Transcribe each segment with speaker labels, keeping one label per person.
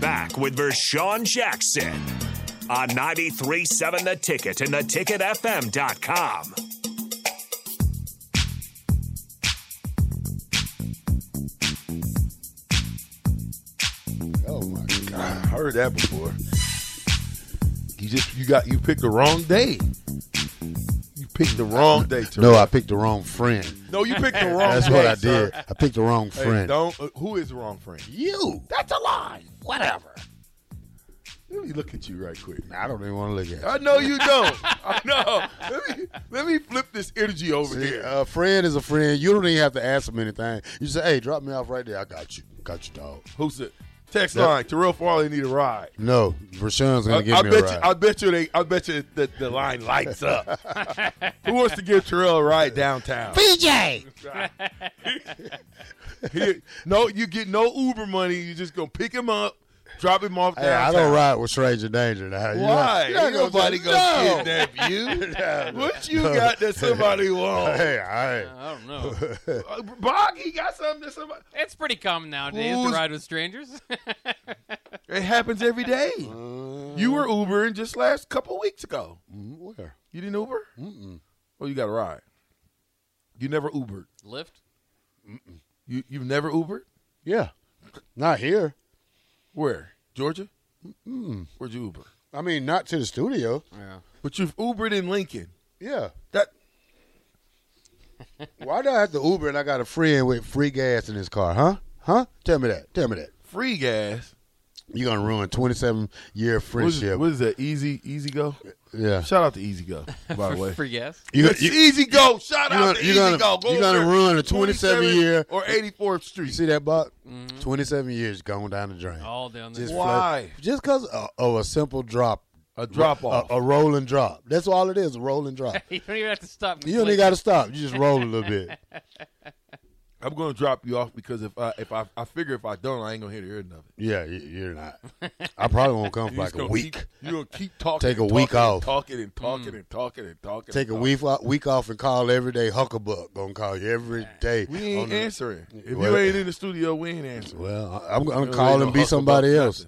Speaker 1: Back with Vershawn Jackson on 93.7 The Ticket and theticketfm.com.
Speaker 2: Oh my god, I heard that before. You just you got you picked the wrong day. You picked the wrong day. Terrell.
Speaker 3: No, I picked the wrong friend.
Speaker 2: no, you picked the wrong.
Speaker 3: That's
Speaker 2: day,
Speaker 3: what I
Speaker 2: sir.
Speaker 3: did. I picked the wrong
Speaker 2: Hey,
Speaker 3: friend.
Speaker 2: don't. uh, who is the wrong friend? You. That's a lie. Whatever. Let me look at you right quick.
Speaker 3: I don't even want to look at.
Speaker 2: I know you don't. I know. Let me let me flip this energy over
Speaker 3: it. See,
Speaker 2: here.
Speaker 3: uh, a friend is a friend. You don't even have to ask them anything. You say, "Hey, drop me off right there. I got you. Got you, dog."
Speaker 2: Who's it? Text
Speaker 3: That-
Speaker 2: line. Terrell Farley need a ride.
Speaker 3: No, Rashawn's
Speaker 2: I,
Speaker 3: gonna give
Speaker 2: I
Speaker 3: me
Speaker 2: bet
Speaker 3: a ride.
Speaker 2: you. I bet you. They. I bet you that the line lights up. Who wants to give Terrell a ride downtown?
Speaker 3: PJ.
Speaker 2: He- no, you get no Uber money. You just gonna pick him up, drop him off.
Speaker 3: Hey, I
Speaker 2: downtown.
Speaker 3: don't ride with stranger danger. Now. You're
Speaker 2: Why?
Speaker 3: Not, you're not
Speaker 2: Ain't
Speaker 3: gonna
Speaker 2: nobody
Speaker 3: say,
Speaker 2: gonna
Speaker 3: no.
Speaker 2: kidnap you.
Speaker 3: No.
Speaker 2: What you got that somebody want?
Speaker 3: Hey, all right.
Speaker 4: I don't know.
Speaker 2: Uh, Bog, he got something that somebody.
Speaker 4: It's pretty common nowadays
Speaker 2: Who's-
Speaker 4: to ride with strangers.
Speaker 2: It happens every day.
Speaker 3: Uh-huh.
Speaker 2: You were Ubering just last couple weeks ago.
Speaker 3: Mm, Where?
Speaker 2: You didn't Uber? Mm-mm. Oh, you got a ride. You never Ubered.
Speaker 4: Lyft.
Speaker 2: You you've never Ubered?
Speaker 3: Yeah. Not here.
Speaker 2: Where? Georgia? Mm-mm. Where'd you Uber?
Speaker 3: I mean, not to the studio.
Speaker 4: Yeah.
Speaker 2: But you've Ubered in Lincoln.
Speaker 3: Yeah.
Speaker 2: That
Speaker 3: Why do I have to Uber and I got a friend with free gas in his car? Huh? Huh? Tell me that. Tell me that.
Speaker 2: free gas.
Speaker 3: You're gonna ruin 27 year
Speaker 2: What is,
Speaker 3: friendship.
Speaker 2: what is that? Easy Easy Go.
Speaker 3: yeah.
Speaker 2: Shout out to Easy Go. By the way,
Speaker 4: For yes.
Speaker 3: You,
Speaker 2: It's Easy Go. Shout
Speaker 3: you
Speaker 2: out
Speaker 3: gonna-
Speaker 2: to
Speaker 3: you
Speaker 2: Easy
Speaker 3: gonna-
Speaker 2: Go. Go
Speaker 3: you gonna
Speaker 2: over there.
Speaker 3: ruin a 27 year-
Speaker 2: or 84th Street.
Speaker 3: you see that, Buck? 27 years going down the drain.
Speaker 4: All down there.
Speaker 3: Just
Speaker 2: Mm-hmm. Oh, Why?
Speaker 3: flood- just because of, of a simple drop.
Speaker 2: a drop off.
Speaker 3: A, a roll and drop. That's all it is, a roll and drop.
Speaker 4: you don't even have to stop. and
Speaker 3: You don't
Speaker 4: click.
Speaker 3: even got to stop. You just roll a little bit.
Speaker 2: I'm gonna drop you off because if I if I, I figure if I don't, I ain't gonna hear the end of it.
Speaker 3: Yeah, you- you're not. I probably won't come for
Speaker 2: You
Speaker 3: like
Speaker 2: just
Speaker 3: a
Speaker 2: gonna
Speaker 3: week.
Speaker 2: keep- you gonna keep talking.
Speaker 3: Take a
Speaker 2: and
Speaker 3: week
Speaker 2: talking and
Speaker 3: off.
Speaker 2: Talking and talking and talking and talking.
Speaker 3: Take a
Speaker 2: and
Speaker 3: week off, week off and call every day. Hucklebuck gonna call you every day.
Speaker 2: talking. We
Speaker 3: on
Speaker 2: ain't
Speaker 3: the-
Speaker 2: answering. If
Speaker 3: Well-
Speaker 2: you ain't in the studio, we ain't answering.
Speaker 3: Well, I- I'm gonna
Speaker 2: ain't
Speaker 3: call
Speaker 2: no
Speaker 3: and be
Speaker 2: Hucklebuck
Speaker 3: somebody
Speaker 2: nothing.
Speaker 3: else.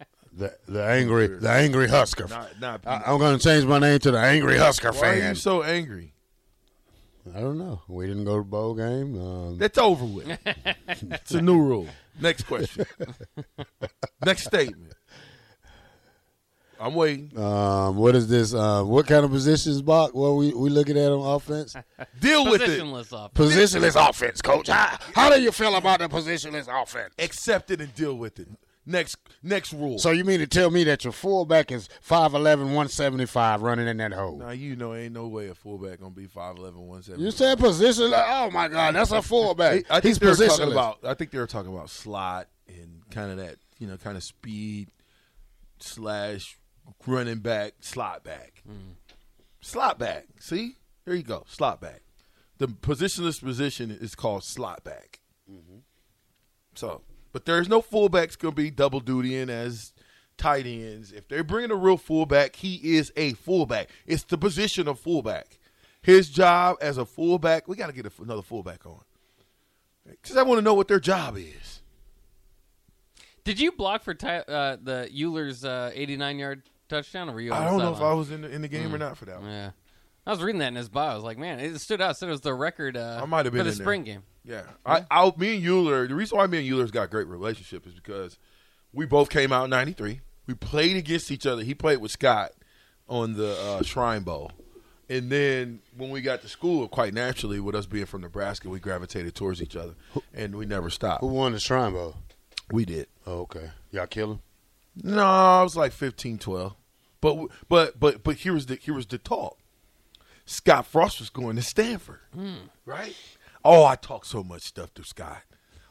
Speaker 3: The the angry the angry Husker.
Speaker 2: Not not.
Speaker 3: I, I'm gonna change my name to the angry Husker
Speaker 2: why are
Speaker 3: fan.
Speaker 2: you so angry?
Speaker 3: I don't know. We didn't go to bowl game. Um,
Speaker 2: That's over with. it's a new rule. Next question. Next statement. I'm waiting.
Speaker 3: um, what is this? Uh, what kind of positions, Bach? What we we looking at on offense?
Speaker 2: Deal with it.
Speaker 4: Positionless off.
Speaker 3: Positionless offense, coach. How, how do you feel about the positionless offense?
Speaker 2: accept it and deal with it. Next next rule.
Speaker 3: So you mean to tell me that your fullback is 5'11", 175 running in that hole?
Speaker 2: now you know ain't no way a fullback gonna be 5'11", 170.
Speaker 3: You said positionless. Oh my God, that's a
Speaker 2: I
Speaker 3: fullback.
Speaker 2: think
Speaker 3: He's
Speaker 2: they were talking
Speaker 3: positionless.
Speaker 2: about. I think they were talking about slot and kind of that you know kind of speed slash running back slot back,
Speaker 3: Mm.
Speaker 2: slot back. See, here you go, slot back. The positionless position is called slot back.
Speaker 3: Mm-hmm.
Speaker 2: So, but there's no fullbacks going to be double dutying as tight ends. If they're bringing a real fullback, he is a fullback. It's the position of fullback. His job as a fullback, we got to get a- another fullback on because I want to know what their job is.
Speaker 4: Did you block for Ty, uh, the Euler's uh, 89-yard touchdown, or were you? On
Speaker 2: I
Speaker 4: the
Speaker 2: don't know if I
Speaker 4: sideline?
Speaker 2: was in the, in the game or not for that one.
Speaker 4: Yeah. I was reading that in his bio. I was like, man, it stood out. Said it was the record. Uh,
Speaker 2: I might have been
Speaker 4: for the
Speaker 2: in there.
Speaker 4: spring game.
Speaker 2: Yeah, I, I, me and Euler. The reason why me and Euler's got a great relationship is because we both came out in '93. We played against each other. He played with Scott on the uh, Shrine Bowl, and then when we got to school, quite naturally, with us being from Nebraska, we gravitated towards each other, and we never stopped.
Speaker 3: Who won the Shrine Bowl?
Speaker 2: We did.
Speaker 3: Oh, okay. Y'all kill him?
Speaker 2: No, I was like 15, 12. But w- but but but here was the here was the talk. Scott Frost was going to Stanford, right? Oh, I talked so much stuff to Scott.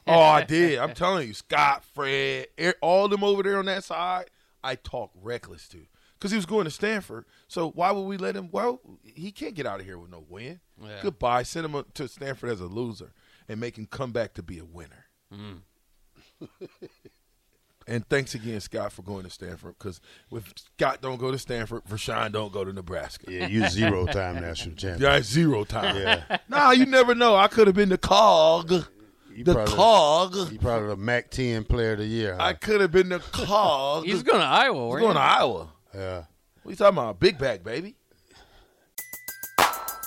Speaker 2: Oh, I did. I'm telling you, Scott, Fred, er- all them over there on that side, I talk reckless to. Because he was going to Stanford. So why would we let him? Well, he can't get out of here with no win.
Speaker 4: Yeah.
Speaker 2: Goodbye. Send him to Stanford as a loser and make him come back to be a winner. and thanks again, Scott, for going to Stanford. Because if Scott don't go to Stanford, Rashawn don't go to Nebraska.
Speaker 3: Yeah, you zero time national champion.
Speaker 2: Yeah, it's zero time.
Speaker 3: Yeah.
Speaker 2: Nah, you never know. I could have been the cog.
Speaker 3: You
Speaker 2: the
Speaker 3: probably-
Speaker 2: cog.
Speaker 3: You probably the MAC 10 player of the year.
Speaker 2: I
Speaker 3: Huh?
Speaker 2: could have been the cog.
Speaker 4: He's going to Iowa.
Speaker 2: He's
Speaker 4: right?
Speaker 2: going to Iowa.
Speaker 3: yeah.
Speaker 2: What you talking about? Big back, baby.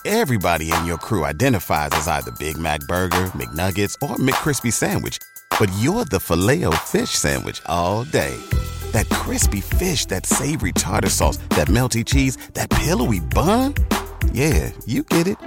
Speaker 5: Everybody in your crew identifies as either Big Mac Burger, McNuggets, or McCrispy Sandwich. But you're the filet fish Sandwich all day. That crispy fish, that savory tartar sauce, that melty cheese, that pillowy bun. Yeah, you get it.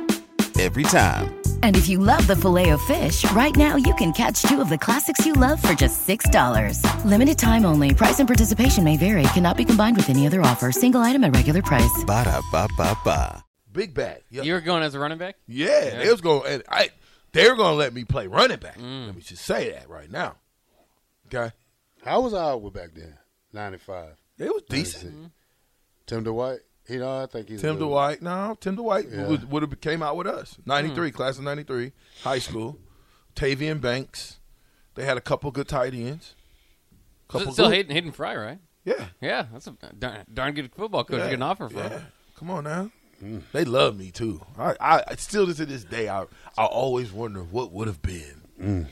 Speaker 5: Every time.
Speaker 6: And if you love the filet of fish, right now you can catch two of the classics you love for just $6. Limited time only. Price and participation may vary. Cannot be combined with any other offer. Single item at regular price.
Speaker 5: Ba-da-ba-ba-ba.
Speaker 2: Big back. Yeah.
Speaker 4: You were going as a running back?
Speaker 2: yeah, They was going and I they were gonna let me play running back.
Speaker 3: Mm.
Speaker 2: Let me just say that right now. Okay.
Speaker 3: How was Iowa back then? 95.
Speaker 2: They was
Speaker 3: 96.
Speaker 2: decent.
Speaker 3: Tim Dwight? He, no, I think he's a
Speaker 2: Tim
Speaker 3: little-
Speaker 2: Dwight, no, Tim Dwight
Speaker 3: Yeah. Hmm.
Speaker 2: would, would have came out with us. Ninety three, class of ninety three, high school. Tavian Banks. They had a couple good tight ends.
Speaker 4: Still still
Speaker 2: good-
Speaker 4: Hayden, Hayden Fry, right?
Speaker 2: Yeah.
Speaker 4: Yeah, that's a darn, darn good football coach you can offer from.
Speaker 2: Yeah. Come on now. They love me too. I, I I- still to this day I I always wonder what would have been.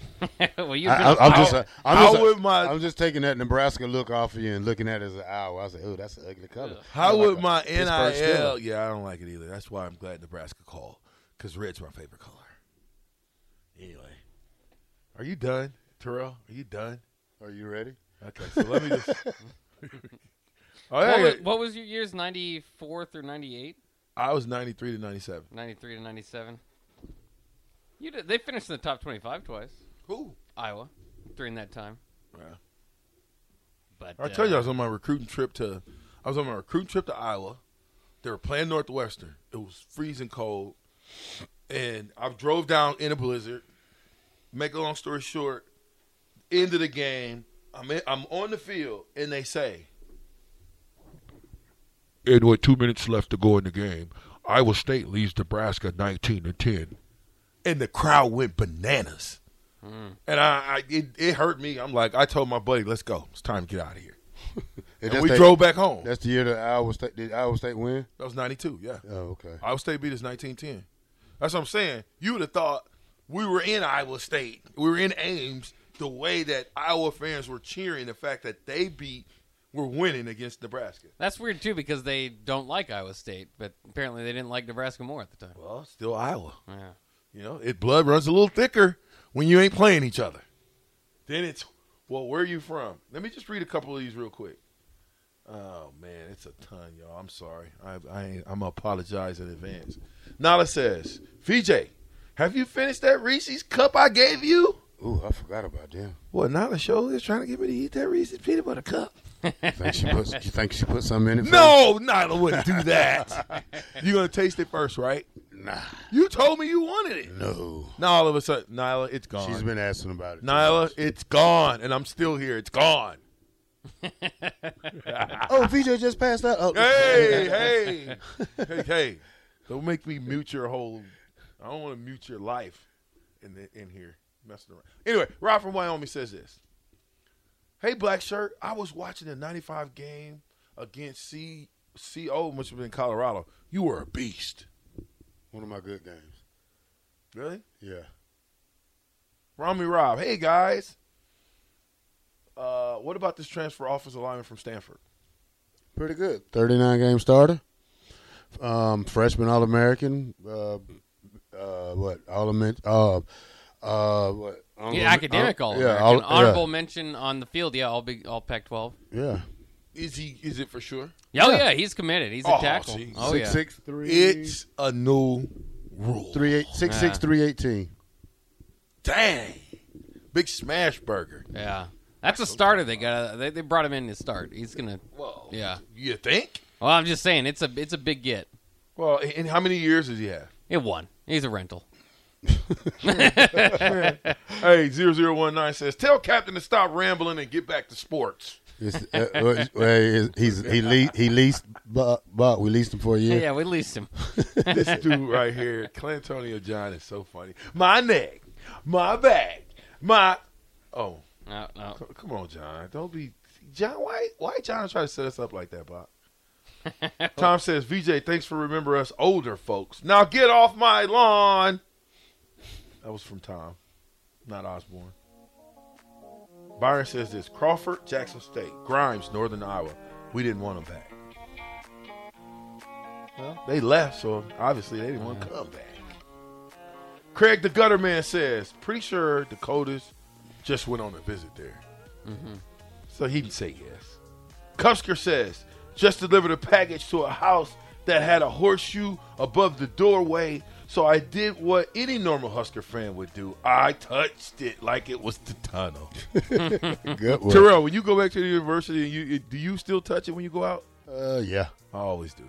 Speaker 4: well, you've
Speaker 3: I,
Speaker 4: been-
Speaker 3: I, am just,
Speaker 2: How-
Speaker 3: I'm,
Speaker 2: how
Speaker 3: just
Speaker 2: would my-
Speaker 3: I'm just taking that Nebraska look off of you and looking at it as an hour. I said, oh, that's an ugly color.
Speaker 2: How
Speaker 3: Like
Speaker 2: would
Speaker 3: a
Speaker 2: my
Speaker 3: Pittsburgh
Speaker 2: NIL?
Speaker 3: Steelers.
Speaker 2: Yeah, I don't like it either. That's why I'm glad Nebraska called because red's my favorite color. Anyway, are you done, Terrell? Are you done?
Speaker 3: Are you ready?
Speaker 2: Okay, so let me just. Oh, All
Speaker 4: what,
Speaker 2: right,
Speaker 4: was, what was your years, 94 through 98?
Speaker 2: I was 93 to 97.
Speaker 4: 93 to 97? You did, They finished in the top 25 twice,
Speaker 2: Cool.
Speaker 4: Iowa, during that time. But
Speaker 2: I
Speaker 4: uh,
Speaker 2: tell you, I was on my recruiting trip to, I was on my recruiting trip to Iowa. They were playing Northwestern. It was freezing cold, and I drove down in a blizzard. Make a long story short, end of the game. I'm in, I'm on the field, and they say, "And with two minutes left to go in the game, Iowa State leads Nebraska 19 to 10," and the crowd went bananas. And I, I it, it hurt me. I'm like, I told my buddy, "Let's go. It's time to get out of here."
Speaker 3: And
Speaker 2: And
Speaker 3: that's
Speaker 2: we
Speaker 3: that-
Speaker 2: drove back home.
Speaker 3: That's the year that Iowa State did Iowa State win.
Speaker 2: That was 92, yeah.
Speaker 3: Oh, okay.
Speaker 2: Iowa State beat us 1910. That's what I'm saying. You would have thought we were in Iowa State. We were in Ames the way that Iowa fans were cheering the fact that they beat, were winning against Nebraska.
Speaker 4: That's weird, too, because they don't like Iowa State, but apparently they didn't like Nebraska more at the time.
Speaker 2: Well, still Iowa.
Speaker 4: Yeah.
Speaker 2: You know, it blood runs a little thicker when you ain't playing each other. Then it's, well, where are you from? Let me just read a couple of these real quick. Oh man, it's a ton, y'all. I'm sorry. I, I ain't- I'm apologize in advance. Nala says, VJ, have you finished that Reese's cup I gave you?
Speaker 3: Ooh, I forgot about them.
Speaker 2: Well, Nala show is trying to get me to eat that Reese's peanut butter cup.
Speaker 3: You think she put? You think she put something in it? for
Speaker 2: No, Nala wouldn't do that. you gonna taste it first, right?
Speaker 3: you? Nah,
Speaker 2: You told me you wanted it.
Speaker 3: no.
Speaker 2: Now all of a sudden, Nala, it's gone.
Speaker 3: She's been asking about it. too
Speaker 2: Nyla,
Speaker 3: much.
Speaker 2: it's gone, and I'm still here. It's gone.
Speaker 3: Oh, VJ just passed out. Oh,
Speaker 2: Hey, hey, hey, hey! Don't make me mute your whole. I don't want to mute your life in the, in here messing around. Anyway, Rob from Wyoming says this. Hey, black shirt. I was watching the '95 game against C CO, which have been Colorado. You were a beast.
Speaker 3: One of my good games.
Speaker 2: Really?
Speaker 3: Yeah.
Speaker 2: Rami Rob. Hey guys. Uh, what about this transfer offensive lineman from Stanford?
Speaker 3: Pretty good. 39 game starter. Um, freshman All American. Uh, uh, what? All American. Uh, uh, what? Honorable-
Speaker 4: Yeah, academic
Speaker 3: uh,
Speaker 4: all
Speaker 3: yeah,
Speaker 4: American.
Speaker 3: all-
Speaker 4: Honorable mention on the field. Yeah, all big, all Pac-12.
Speaker 3: Yeah.
Speaker 2: Is he? Is it for sure?
Speaker 4: Yeah, oh yeah, he's committed. He's
Speaker 2: Oh,
Speaker 4: a tackle.
Speaker 2: jeez.
Speaker 4: Oh
Speaker 3: Six
Speaker 4: yeah.
Speaker 3: six three.
Speaker 2: It's a new rule.
Speaker 3: three eight six six
Speaker 4: Yeah.
Speaker 3: three eighteen.
Speaker 2: Dang. Big smash burger.
Speaker 4: Yeah, that's a starter. They got. uh, They, they brought him in to start. He's gonna.
Speaker 2: Whoa.
Speaker 4: Yeah.
Speaker 2: You think?
Speaker 4: Well, I'm just saying it's a it's a big get.
Speaker 2: Well, and how many years does he have?
Speaker 4: It won. He's a rental.
Speaker 2: Hey, 0019 says, tell Captain to stop rambling and get back to sports.
Speaker 3: It's- uh, well, well, he's, he le- he leased Bob, Bob. We leased him for a year.
Speaker 4: Yeah, we leased him.
Speaker 2: this dude right here, Clantonio John, is so funny. My neck, my back, my. Oh,
Speaker 4: No, no.
Speaker 2: c- come on, John. Don't be. John, why why John try to set us up like that, Bob? Tom says, VJ, thanks for remember us older folks. Now get off my lawn. That was from Tom, not Osborne. Byron says this Crawford, Jackson State, Grimes, Northern Iowa. We didn't want them back. Well, they left, so obviously they didn't want to come back. Craig the Gutterman says, pretty sure Dakotas just went on a visit there. So he didn't say yes. Kupsker says, just delivered a package to a house that had a horseshoe above the doorway. So I did what any normal Husker fan would do. I touched it like it was the tunnel.
Speaker 3: Good work.
Speaker 2: Terrell, when you go back to the university, you, do you still touch it when you go out?
Speaker 3: Uh, yeah.
Speaker 2: I always do.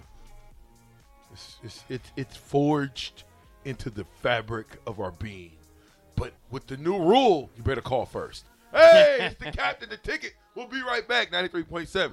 Speaker 2: It's, it's, it's, it's forged into the fabric of our being. But with the new rule, you better call first. Hey, it's the captain, the ticket. We'll be right back, 93.7.